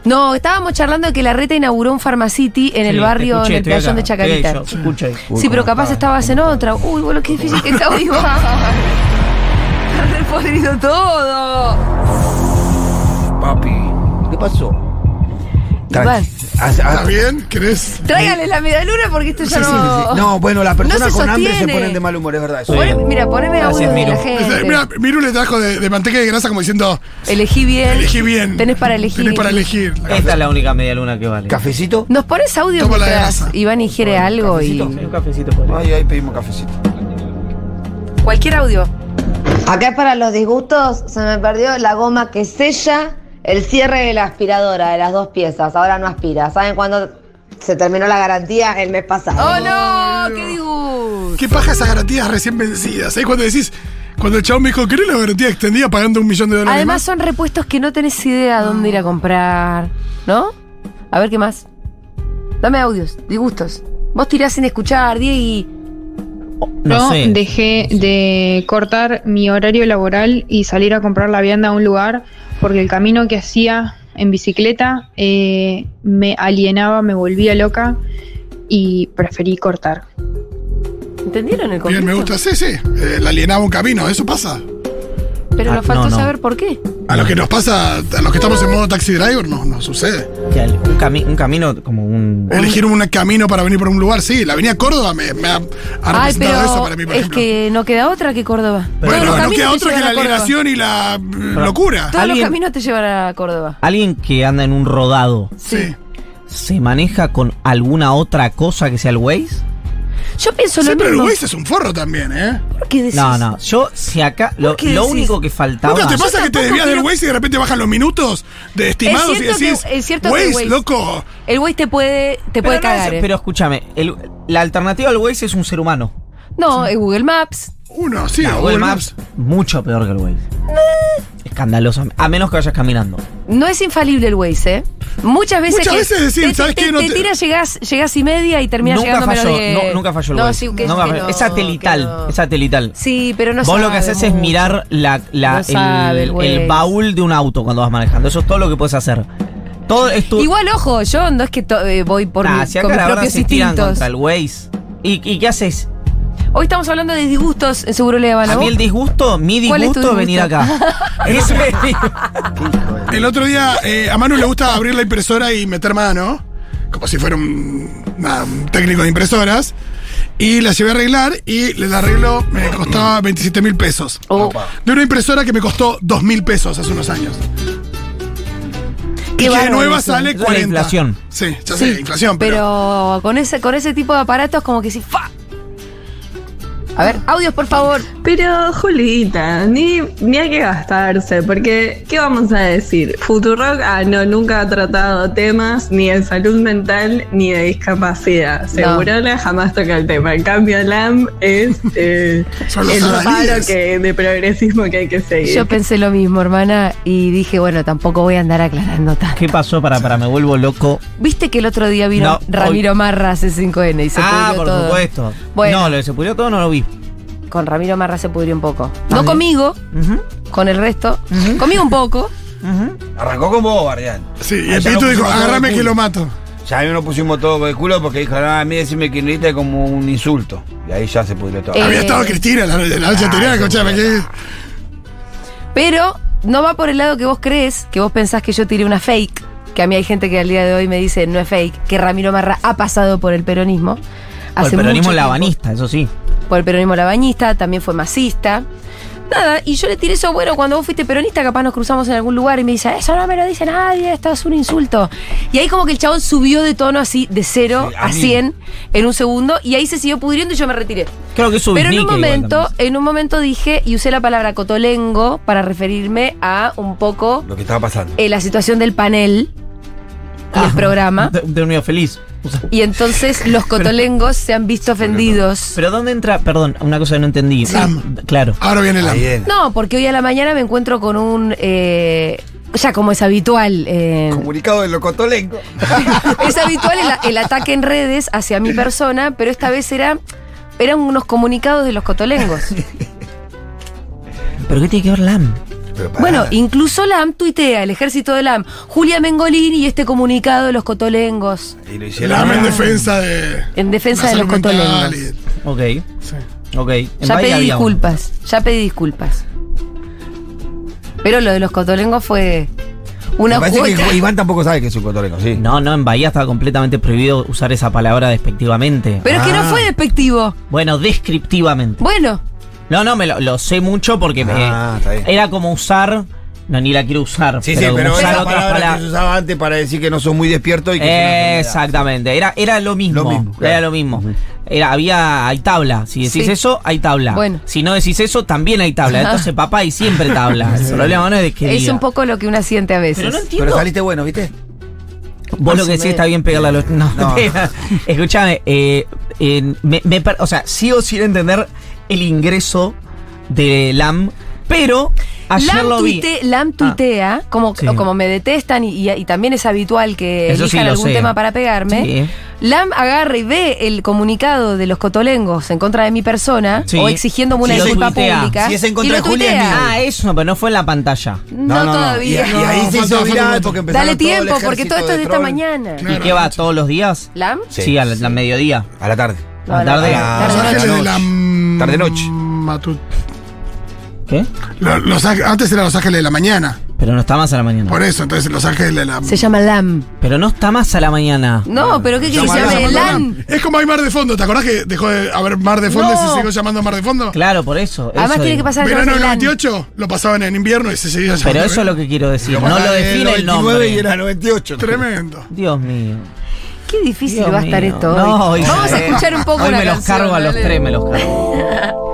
[SPEAKER 1] No, estábamos charlando de que la reta inauguró un Pharmacity en el
[SPEAKER 6] Sí,
[SPEAKER 1] barrio,
[SPEAKER 6] te
[SPEAKER 1] en
[SPEAKER 6] escuché,
[SPEAKER 1] el
[SPEAKER 6] estoy
[SPEAKER 1] playón
[SPEAKER 6] acá.
[SPEAKER 1] de Chacarita.
[SPEAKER 6] Sí, yo escucho ahí.
[SPEAKER 2] Uy,
[SPEAKER 1] sí,
[SPEAKER 2] cómo
[SPEAKER 1] pero capaz
[SPEAKER 2] estaba,
[SPEAKER 1] estabas en otra. Uy, boludo, qué difícil que está
[SPEAKER 6] [laughs]
[SPEAKER 1] hoy. Está repodrido todo.
[SPEAKER 2] Papi, ¿qué pasó?
[SPEAKER 1] Iván.
[SPEAKER 2] Hace-
[SPEAKER 4] ¿Está
[SPEAKER 2] hace-
[SPEAKER 4] bien? ¿Querés?
[SPEAKER 1] Tráigale la media luna porque esto ya
[SPEAKER 2] Eh, Sí, sí,
[SPEAKER 1] no.
[SPEAKER 2] sí. No, bueno, las personas
[SPEAKER 1] se
[SPEAKER 2] con hambre se
[SPEAKER 1] sostiene.
[SPEAKER 2] ponen de mal humor, es verdad. eso.
[SPEAKER 1] Poné- mira, poneme a uno
[SPEAKER 6] Gracias,
[SPEAKER 1] de la
[SPEAKER 6] Miro.
[SPEAKER 1] gente.
[SPEAKER 4] Mira, Miru le trajo de, de manteca y de grasa como diciendo,
[SPEAKER 1] Elegí bien.
[SPEAKER 4] elegí bien.
[SPEAKER 1] Tenés para elegir.
[SPEAKER 4] Tenés para elegir.
[SPEAKER 6] Esta es la única media luna que vale.
[SPEAKER 2] ¿Cafecito?
[SPEAKER 1] Nos pones audio
[SPEAKER 4] Toma la de
[SPEAKER 1] mientras
[SPEAKER 4] grasa.
[SPEAKER 1] Iván ingiere algo y.
[SPEAKER 6] Sí, un cafecito por ahí.
[SPEAKER 2] Ay, ahí pedimos cafecito.
[SPEAKER 1] Cualquier audio.
[SPEAKER 7] Acá para los disgustos se me perdió la goma que sella el cierre de la aspiradora de las dos piezas. Ahora no aspira. ¿Saben cuándo se terminó la garantía? El mes pasado.
[SPEAKER 1] ¡Oh no! ¡Qué disgusto!
[SPEAKER 4] ¿Qué paja esas garantías recién vencidas? ¿Sabés cuando decís? Cuando el chabón me dijo, ¿querés la garantía extendida pagando un millón de dólares
[SPEAKER 1] Además
[SPEAKER 4] más?
[SPEAKER 1] son repuestos que no tenés idea dónde ir a comprar, ¿no? A ver qué más. Dame audios, disgustos. Vos tirás sin escuchar, Diego.
[SPEAKER 6] No
[SPEAKER 8] Yo
[SPEAKER 6] sé.
[SPEAKER 8] dejé de cortar mi horario laboral y salir a comprar la vianda a un lugar porque el camino que hacía en bicicleta eh, me alienaba, me volvía loca y preferí cortar.
[SPEAKER 1] ¿Entendieron el
[SPEAKER 4] Bien,
[SPEAKER 1] concepto?
[SPEAKER 4] me gusta. Sí, sí. Eh, la alienaba un camino, eso pasa.
[SPEAKER 1] Pero
[SPEAKER 6] Ah,
[SPEAKER 1] nos faltó
[SPEAKER 6] no, no.
[SPEAKER 1] saber por qué.
[SPEAKER 4] A los que nos pasa, a los que estamos en modo taxi driver, no, no sucede.
[SPEAKER 6] Que al- un, cami- un camino como un.
[SPEAKER 4] Elegir un camino para venir por un lugar, sí. La avenida Córdoba me, me ha, ha
[SPEAKER 1] Ay,
[SPEAKER 4] representado
[SPEAKER 1] pero
[SPEAKER 4] eso para mí, por
[SPEAKER 1] es
[SPEAKER 4] ejemplo.
[SPEAKER 1] que no queda otra que Córdoba. Todos los
[SPEAKER 4] bueno, no
[SPEAKER 1] caminos
[SPEAKER 4] queda
[SPEAKER 1] te
[SPEAKER 4] otro que
[SPEAKER 1] llevan
[SPEAKER 4] la
[SPEAKER 1] a Córdoba.
[SPEAKER 4] alienación y la eh, locura.
[SPEAKER 1] Todos los
[SPEAKER 6] Alguien-
[SPEAKER 1] caminos te llevan a Córdoba.
[SPEAKER 6] Alguien que anda en un rodado,
[SPEAKER 4] Sí.
[SPEAKER 6] ¿se maneja con alguna otra cosa que sea el Waze?
[SPEAKER 1] Yo pienso
[SPEAKER 4] Sí,
[SPEAKER 1] lo
[SPEAKER 4] pero el
[SPEAKER 1] mismo.
[SPEAKER 4] Waze es un forro también, ¿eh?
[SPEAKER 1] ¿Por qué decís?
[SPEAKER 6] No, no. Yo, si acá. Lo,
[SPEAKER 1] ¿Por qué
[SPEAKER 6] lo
[SPEAKER 1] decís?
[SPEAKER 6] único que faltaba.
[SPEAKER 4] ¿Nunca te
[SPEAKER 1] Yo
[SPEAKER 4] pasa que
[SPEAKER 1] tampoco
[SPEAKER 4] te desvías del
[SPEAKER 1] quiero-
[SPEAKER 4] Waze y de repente bajan los minutos de estimados y
[SPEAKER 1] cierto
[SPEAKER 4] decís,
[SPEAKER 1] que- es cierto que
[SPEAKER 4] Waze,
[SPEAKER 1] Waze".
[SPEAKER 4] loco,
[SPEAKER 1] El Waze te puede, te puede
[SPEAKER 6] pero no es-
[SPEAKER 1] cagar. eh. No,
[SPEAKER 6] pero escúchame, el- la alternativa al Waze es un ser humano.
[SPEAKER 1] eh, Google Maps.
[SPEAKER 4] uno, sí,
[SPEAKER 6] No,
[SPEAKER 4] o
[SPEAKER 6] Google Maps, mucho peor que el Waze.
[SPEAKER 1] Eh.
[SPEAKER 6] Escandaloso. A menos que vayas caminando.
[SPEAKER 1] No es infalible el Waze, ¿eh? Muchas veces.
[SPEAKER 4] Muchas
[SPEAKER 1] que
[SPEAKER 4] veces decís,
[SPEAKER 1] te,
[SPEAKER 4] ¿sabes
[SPEAKER 1] te-
[SPEAKER 4] qué? No
[SPEAKER 1] te
[SPEAKER 4] te-
[SPEAKER 1] tiras, llegás, llegás y media y terminás
[SPEAKER 6] nunca
[SPEAKER 1] llegando menos
[SPEAKER 6] falló,
[SPEAKER 1] diez.
[SPEAKER 6] no- nunca falló el
[SPEAKER 1] no,
[SPEAKER 6] Waze.
[SPEAKER 1] sí, que-
[SPEAKER 6] Nunca
[SPEAKER 1] que
[SPEAKER 6] falló.
[SPEAKER 1] no,
[SPEAKER 6] es satelital,
[SPEAKER 1] que no.
[SPEAKER 6] es satelital.
[SPEAKER 1] Sí, pero no
[SPEAKER 6] Vos lo
[SPEAKER 1] sabe
[SPEAKER 6] que haces es
[SPEAKER 1] mucho.
[SPEAKER 6] mirar la, la-
[SPEAKER 1] No
[SPEAKER 6] el,
[SPEAKER 1] sabe el Waze.
[SPEAKER 6] el baúl de un auto cuando vas manejando. Eso es todo lo que puedes hacer. Todo es tu.
[SPEAKER 1] Igual, ojo, yo no es que to- eh, voy por
[SPEAKER 6] Nah,
[SPEAKER 1] mi-
[SPEAKER 6] si
[SPEAKER 1] con
[SPEAKER 6] acá
[SPEAKER 1] mis
[SPEAKER 6] la verdad
[SPEAKER 1] propios
[SPEAKER 6] se tiran
[SPEAKER 1] instintos.
[SPEAKER 6] contra el Waze. ¿Y, y qué haces?
[SPEAKER 1] Hoy estamos hablando de disgustos en Seguro Le
[SPEAKER 6] A
[SPEAKER 1] Habana.
[SPEAKER 6] mí el disgusto, mi
[SPEAKER 1] ¿Cuál es
[SPEAKER 6] disgusto
[SPEAKER 1] tu
[SPEAKER 6] es, venir
[SPEAKER 1] disgusto? [laughs]
[SPEAKER 6] acá. [laughs] Ese es mi-
[SPEAKER 4] El otro día eh, a Manu le gusta abrir la impresora y meter mano, como si fuera un, nada, un técnico de impresoras. Y la llevé a arreglar y le la arreglo, me costaba 27 mil pesos. De una impresora que me costó 2 mil pesos hace unos años.
[SPEAKER 1] Qué
[SPEAKER 4] y que de
[SPEAKER 1] bárbaro
[SPEAKER 4] nueva
[SPEAKER 1] eso.
[SPEAKER 4] sale
[SPEAKER 6] Eso es la
[SPEAKER 4] 40.
[SPEAKER 6] inflación.
[SPEAKER 4] Sí, ya
[SPEAKER 1] Sí,
[SPEAKER 4] sé, inflación, pero.
[SPEAKER 1] Pero con ese, con ese tipo de aparatos, como que sí, ¡fa! A ver, audios, por favor.
[SPEAKER 9] Pero, Julita, ni, ni hay que gastarse, porque, ¿qué vamos a decir? Futurock, ah, no, nunca ha tratado temas ni de salud mental ni de discapacidad. Segurona jamás toca el tema. En cambio, LAM es eh,
[SPEAKER 4] Son los
[SPEAKER 9] el faro
[SPEAKER 4] adalides.
[SPEAKER 9] que, de progresismo que hay que seguir.
[SPEAKER 1] Yo pensé lo mismo, hermana, y dije, bueno, tampoco voy a andar aclarando tanto.
[SPEAKER 6] ¿Qué pasó para, para me vuelvo loco?
[SPEAKER 1] ¿Viste que el otro día vino
[SPEAKER 6] No,
[SPEAKER 1] Ramiro Marra C5N y se
[SPEAKER 6] ah,
[SPEAKER 1] pudrió
[SPEAKER 6] por
[SPEAKER 1] todo?
[SPEAKER 6] supuesto.
[SPEAKER 1] Bueno.
[SPEAKER 6] No, lo de se pudrió todo no lo vi.
[SPEAKER 1] Con Ramiro Marra se pudrió un poco. No
[SPEAKER 6] También.
[SPEAKER 1] conmigo,
[SPEAKER 6] Ujú,
[SPEAKER 1] con el resto. Conmigo [laughs] un poco.
[SPEAKER 6] ujú.
[SPEAKER 2] Arrancó con vos, Bardián.
[SPEAKER 4] Sí, y
[SPEAKER 2] Ah,
[SPEAKER 4] el
[SPEAKER 2] ya
[SPEAKER 4] pito
[SPEAKER 2] lo
[SPEAKER 4] dijo,
[SPEAKER 2] pusimos todo
[SPEAKER 4] agárrame
[SPEAKER 2] de
[SPEAKER 4] que
[SPEAKER 2] culo".
[SPEAKER 4] lo mato.
[SPEAKER 2] Ya ahí nos pusimos todo por el culo porque dijo, ah, a mí decirme kirchnerista es como un insulto. Y ahí ya se pudrió todo.
[SPEAKER 1] Eh,
[SPEAKER 4] Había estado Cristina la, la noche anterior, escuchame, que
[SPEAKER 1] Pero no va por el lado que vos crees, que vos pensás que yo tiré una fake, que a mí hay gente que al día de hoy me dice no es fake, que Ramiro Marra ha pasado por el peronismo.
[SPEAKER 6] Por
[SPEAKER 1] hace
[SPEAKER 6] el peronismo
[SPEAKER 1] mucho tiempo.
[SPEAKER 6] labanista, eso sí.
[SPEAKER 1] Por el peronismo labañista, también fue masista. Nada, y yo le tiré eso, bueno, cuando vos fuiste peronista, capaz nos cruzamos en algún lugar y me dice, eso no me lo dice nadie, esto es un insulto. Y ahí como que el chabón subió de tono así, de cero
[SPEAKER 2] Sí, a
[SPEAKER 1] a
[SPEAKER 2] mí.
[SPEAKER 1] 100 en un segundo, y ahí se siguió pudriendo y yo me retiré.
[SPEAKER 6] Creo que eso
[SPEAKER 1] Pero en un momento, en un momento dije y usé la palabra cotolengo para referirme a un poco
[SPEAKER 2] Lo que estaba pasando.
[SPEAKER 1] eh, la situación del panel y
[SPEAKER 2] Ah.
[SPEAKER 1] el
[SPEAKER 2] [laughs]
[SPEAKER 1] programa.
[SPEAKER 6] Ah, [laughs] De, de un niño feliz. O sea,
[SPEAKER 1] Y entonces los cotolengos se han visto ofendidos.
[SPEAKER 6] Pero ¿dónde entra? Perdón, una cosa que no entendí. Ah,
[SPEAKER 4] Sam.
[SPEAKER 6] Claro.
[SPEAKER 4] Ahora viene la...
[SPEAKER 2] Ahí en-
[SPEAKER 1] eh, No, porque hoy a la mañana me encuentro con un eh, ya como es habitual. eh,
[SPEAKER 2] Comunicado de Locotolenco.
[SPEAKER 1] [laughs] es habitual el, el ataque en redes hacia mi persona, pero esta vez era. Eran unos comunicados de los cotolengos.
[SPEAKER 6] [laughs] ¿Pero qué tiene que ver LAM?
[SPEAKER 2] Pero pará.
[SPEAKER 1] Bueno, incluso LAM tuitea, el ejército de LAM, Julia Mengolini y este comunicado de los cotolengos.
[SPEAKER 2] Y lo
[SPEAKER 4] El
[SPEAKER 2] hicieron.
[SPEAKER 4] ama en defensa de...
[SPEAKER 1] En defensa
[SPEAKER 4] la
[SPEAKER 1] de los
[SPEAKER 4] salud mental
[SPEAKER 1] cotolengos.
[SPEAKER 4] y-
[SPEAKER 6] Ok.
[SPEAKER 4] sí.
[SPEAKER 6] Ok. En
[SPEAKER 1] Ya
[SPEAKER 6] Bahía
[SPEAKER 1] pedí
[SPEAKER 6] había uno.
[SPEAKER 1] disculpas, ya pedí disculpas. Pero lo de los cotolengos fue una
[SPEAKER 2] Me parece que
[SPEAKER 1] cuota.
[SPEAKER 2] Iván tampoco sabe que es un cotolenco, sí.
[SPEAKER 6] No, no, en Bahía estaba completamente prohibido usar esa palabra despectivamente. Ah,
[SPEAKER 1] Pero que no fue despectivo.
[SPEAKER 6] Bueno, descriptivamente.
[SPEAKER 1] Bueno,
[SPEAKER 6] No, no, me lo, lo sé mucho porque me-
[SPEAKER 2] Ah, está bien.
[SPEAKER 6] era como usar. No, ni la quiero usar.
[SPEAKER 2] Sí, sí, pero
[SPEAKER 6] como
[SPEAKER 2] esa
[SPEAKER 6] usar
[SPEAKER 2] palabra
[SPEAKER 6] otras
[SPEAKER 2] que se
[SPEAKER 6] palabras.
[SPEAKER 2] usaba antes para decir que no sos muy despierto y que... es una enfermedad.
[SPEAKER 6] Exactamente, era, era lo mismo.
[SPEAKER 2] Lo mismo, claro.
[SPEAKER 6] Era lo mismo. Era, había, hay tabla. Si decís
[SPEAKER 1] Sí.
[SPEAKER 6] eso, hay tabla.
[SPEAKER 1] Bueno.
[SPEAKER 6] Si no decís eso, también hay tabla.
[SPEAKER 1] Ajá.
[SPEAKER 6] Entonces, papá, hay siempre
[SPEAKER 2] [laughs]
[SPEAKER 6] tabla. El problema no es de que.
[SPEAKER 1] es
[SPEAKER 6] diga.
[SPEAKER 1] un poco lo que uno siente a veces.
[SPEAKER 6] Pero no
[SPEAKER 2] Pero
[SPEAKER 6] entiendo.
[SPEAKER 2] saliste bueno, ¿viste?
[SPEAKER 6] Vos lo
[SPEAKER 1] Más o
[SPEAKER 6] que
[SPEAKER 1] menos.
[SPEAKER 6] decís está bien pegarla a los. No, [laughs]
[SPEAKER 2] No.
[SPEAKER 6] Escuchame, eh, en- me, me per- o sea, sigo sin entender el ingreso de LAM, pero ayer
[SPEAKER 1] Lam,
[SPEAKER 6] lo vi. Ah.
[SPEAKER 1] tuite- Lam tuitea, como,
[SPEAKER 6] Sí.
[SPEAKER 1] como me detestan y, y- y también es habitual que
[SPEAKER 6] Eso sí
[SPEAKER 1] elijan
[SPEAKER 6] lo
[SPEAKER 1] algún
[SPEAKER 6] sé.
[SPEAKER 1] tema para pegarme.
[SPEAKER 6] Sí.
[SPEAKER 1] Lam agarra y ve el comunicado de los cotolengos en contra de mi persona
[SPEAKER 6] Sí.
[SPEAKER 1] o exigiéndome una
[SPEAKER 6] Si lo
[SPEAKER 1] disculpa
[SPEAKER 6] tuitea.
[SPEAKER 1] pública.
[SPEAKER 2] Si es en
[SPEAKER 1] y
[SPEAKER 2] contra
[SPEAKER 1] lo
[SPEAKER 2] de Julia,
[SPEAKER 1] tuitea.
[SPEAKER 2] es mío.
[SPEAKER 6] Ah, eso, pero no fue en la pantalla.
[SPEAKER 1] No, todavía.
[SPEAKER 2] Y, y ahí
[SPEAKER 4] No,
[SPEAKER 2] se
[SPEAKER 4] falta-
[SPEAKER 2] hizo
[SPEAKER 4] falta un
[SPEAKER 2] viral
[SPEAKER 4] montón.
[SPEAKER 2] porque empezaron
[SPEAKER 1] Dale
[SPEAKER 2] todo el
[SPEAKER 1] tiempo, porque
[SPEAKER 2] ejército
[SPEAKER 1] todo esto es de esta
[SPEAKER 2] troll.
[SPEAKER 1] mañana.
[SPEAKER 6] ¿Y qué va? ¿Todos los días?
[SPEAKER 1] ¿Lam?
[SPEAKER 6] Sí, al, al mediodía.
[SPEAKER 2] A la tarde.
[SPEAKER 1] No, no,
[SPEAKER 6] a la tarde.
[SPEAKER 1] no,
[SPEAKER 2] Ah,
[SPEAKER 4] Los
[SPEAKER 1] tarde.
[SPEAKER 4] ángeles de la... mm,
[SPEAKER 2] Tarde-noche.
[SPEAKER 4] matu-
[SPEAKER 6] ¿Qué?
[SPEAKER 4] Lo- los ángel- antes eran Los Ángeles de la mañana.
[SPEAKER 6] Pero no está más a la mañana.
[SPEAKER 4] Por eso, entonces Los Ángeles de la...
[SPEAKER 1] Se llama Lam.
[SPEAKER 6] Pero no está más a la mañana.
[SPEAKER 1] No, pero ¿qué querés
[SPEAKER 4] Llamada-
[SPEAKER 1] llame?
[SPEAKER 4] llamada-
[SPEAKER 1] Lam.
[SPEAKER 4] Es como hay mar de fondo, ¿te acordás que dejó de haber mar de fondo y
[SPEAKER 1] No.
[SPEAKER 4] se siguió llamando mar de fondo?
[SPEAKER 6] Claro, por eso.
[SPEAKER 1] Además
[SPEAKER 6] eso
[SPEAKER 1] tiene
[SPEAKER 6] digo.
[SPEAKER 1] que pasar
[SPEAKER 4] Verano del
[SPEAKER 1] el
[SPEAKER 4] 98 lo pasaban en invierno y se seguía llamando.
[SPEAKER 6] Pero eso es lo que quiero decir.
[SPEAKER 2] Lo
[SPEAKER 6] No lo
[SPEAKER 2] pasaban en
[SPEAKER 6] define el
[SPEAKER 2] 99
[SPEAKER 6] nombre.
[SPEAKER 2] y era 98.
[SPEAKER 4] Tremendo.
[SPEAKER 6] Dios mío.
[SPEAKER 1] Qué difícil
[SPEAKER 6] Dios
[SPEAKER 1] va a estar
[SPEAKER 6] mío.
[SPEAKER 1] esto hoy.
[SPEAKER 6] No, hoy
[SPEAKER 1] Vamos
[SPEAKER 6] ya
[SPEAKER 1] a
[SPEAKER 6] es. [laughs]
[SPEAKER 1] escuchar un poco
[SPEAKER 6] Hoy
[SPEAKER 1] una
[SPEAKER 6] me los
[SPEAKER 1] canción,
[SPEAKER 6] cargo a los
[SPEAKER 1] dale.
[SPEAKER 6] tres, me los cargo.